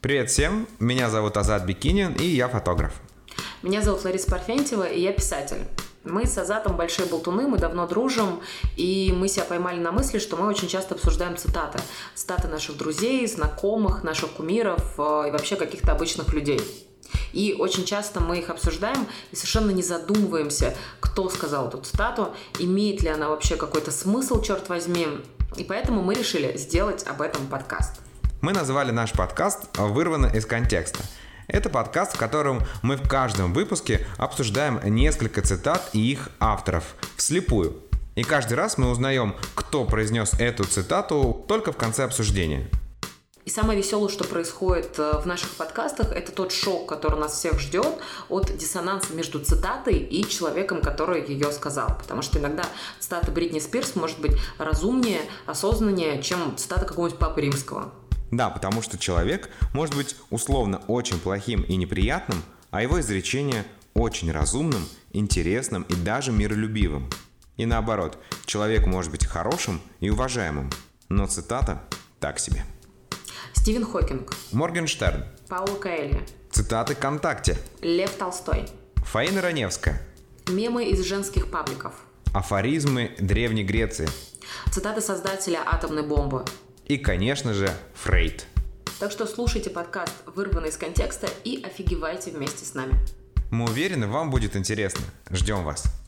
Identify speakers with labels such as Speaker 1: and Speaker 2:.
Speaker 1: Привет всем, меня зовут Азат Бикинин, и я фотограф.
Speaker 2: Меня зовут Лариса Парфентьева, и я писатель. Мы с Азатом большие болтуны, мы давно дружим, и мы себя поймали на мысли, что мы очень часто обсуждаем цитаты. Цитаты наших друзей, знакомых, наших кумиров э, и вообще каких-то обычных людей. И очень часто мы их обсуждаем и совершенно не задумываемся, кто сказал эту цитату, имеет ли она вообще какой-то смысл, черт возьми. И поэтому мы решили сделать об этом подкаст.
Speaker 1: Мы назвали наш подкаст э, «Вырвано из контекста». Это подкаст, в котором мы в каждом выпуске обсуждаем несколько цитат и их авторов вслепую. И каждый раз мы узнаем, кто произнес эту цитату только в конце обсуждения.
Speaker 2: И самое веселое, что происходит э, в наших подкастах, это тот шок, который нас всех ждет от диссонанса между цитатой и человеком, который ее сказал. Потому что иногда цитата Бритни Спирс может быть разумнее, осознаннее, чем цитата какого-нибудь Папы Римского.
Speaker 1: Да, потому что человек может быть условно очень плохим и неприятным, а его изречение очень разумным, интересным и даже миролюбивым. И наоборот, человек может быть хорошим и уважаемым, но цитата так себе.
Speaker 2: Стивен Хокинг,
Speaker 1: Моргенштерн.
Speaker 2: Пауло Каэлья,
Speaker 1: Цитаты ВКонтакте.
Speaker 2: Лев Толстой,
Speaker 1: Фаина Раневская.
Speaker 2: мемы из женских пабликов,
Speaker 1: Афоризмы Древней Греции.
Speaker 2: цитаты создателя атомной бомбы.
Speaker 1: И, конечно же, Фрейд.
Speaker 2: Так что слушайте подкаст «Вырванный из контекста» и офигевайте вместе с нами.
Speaker 1: Мы уверены, вам будет интересно. Ждем вас.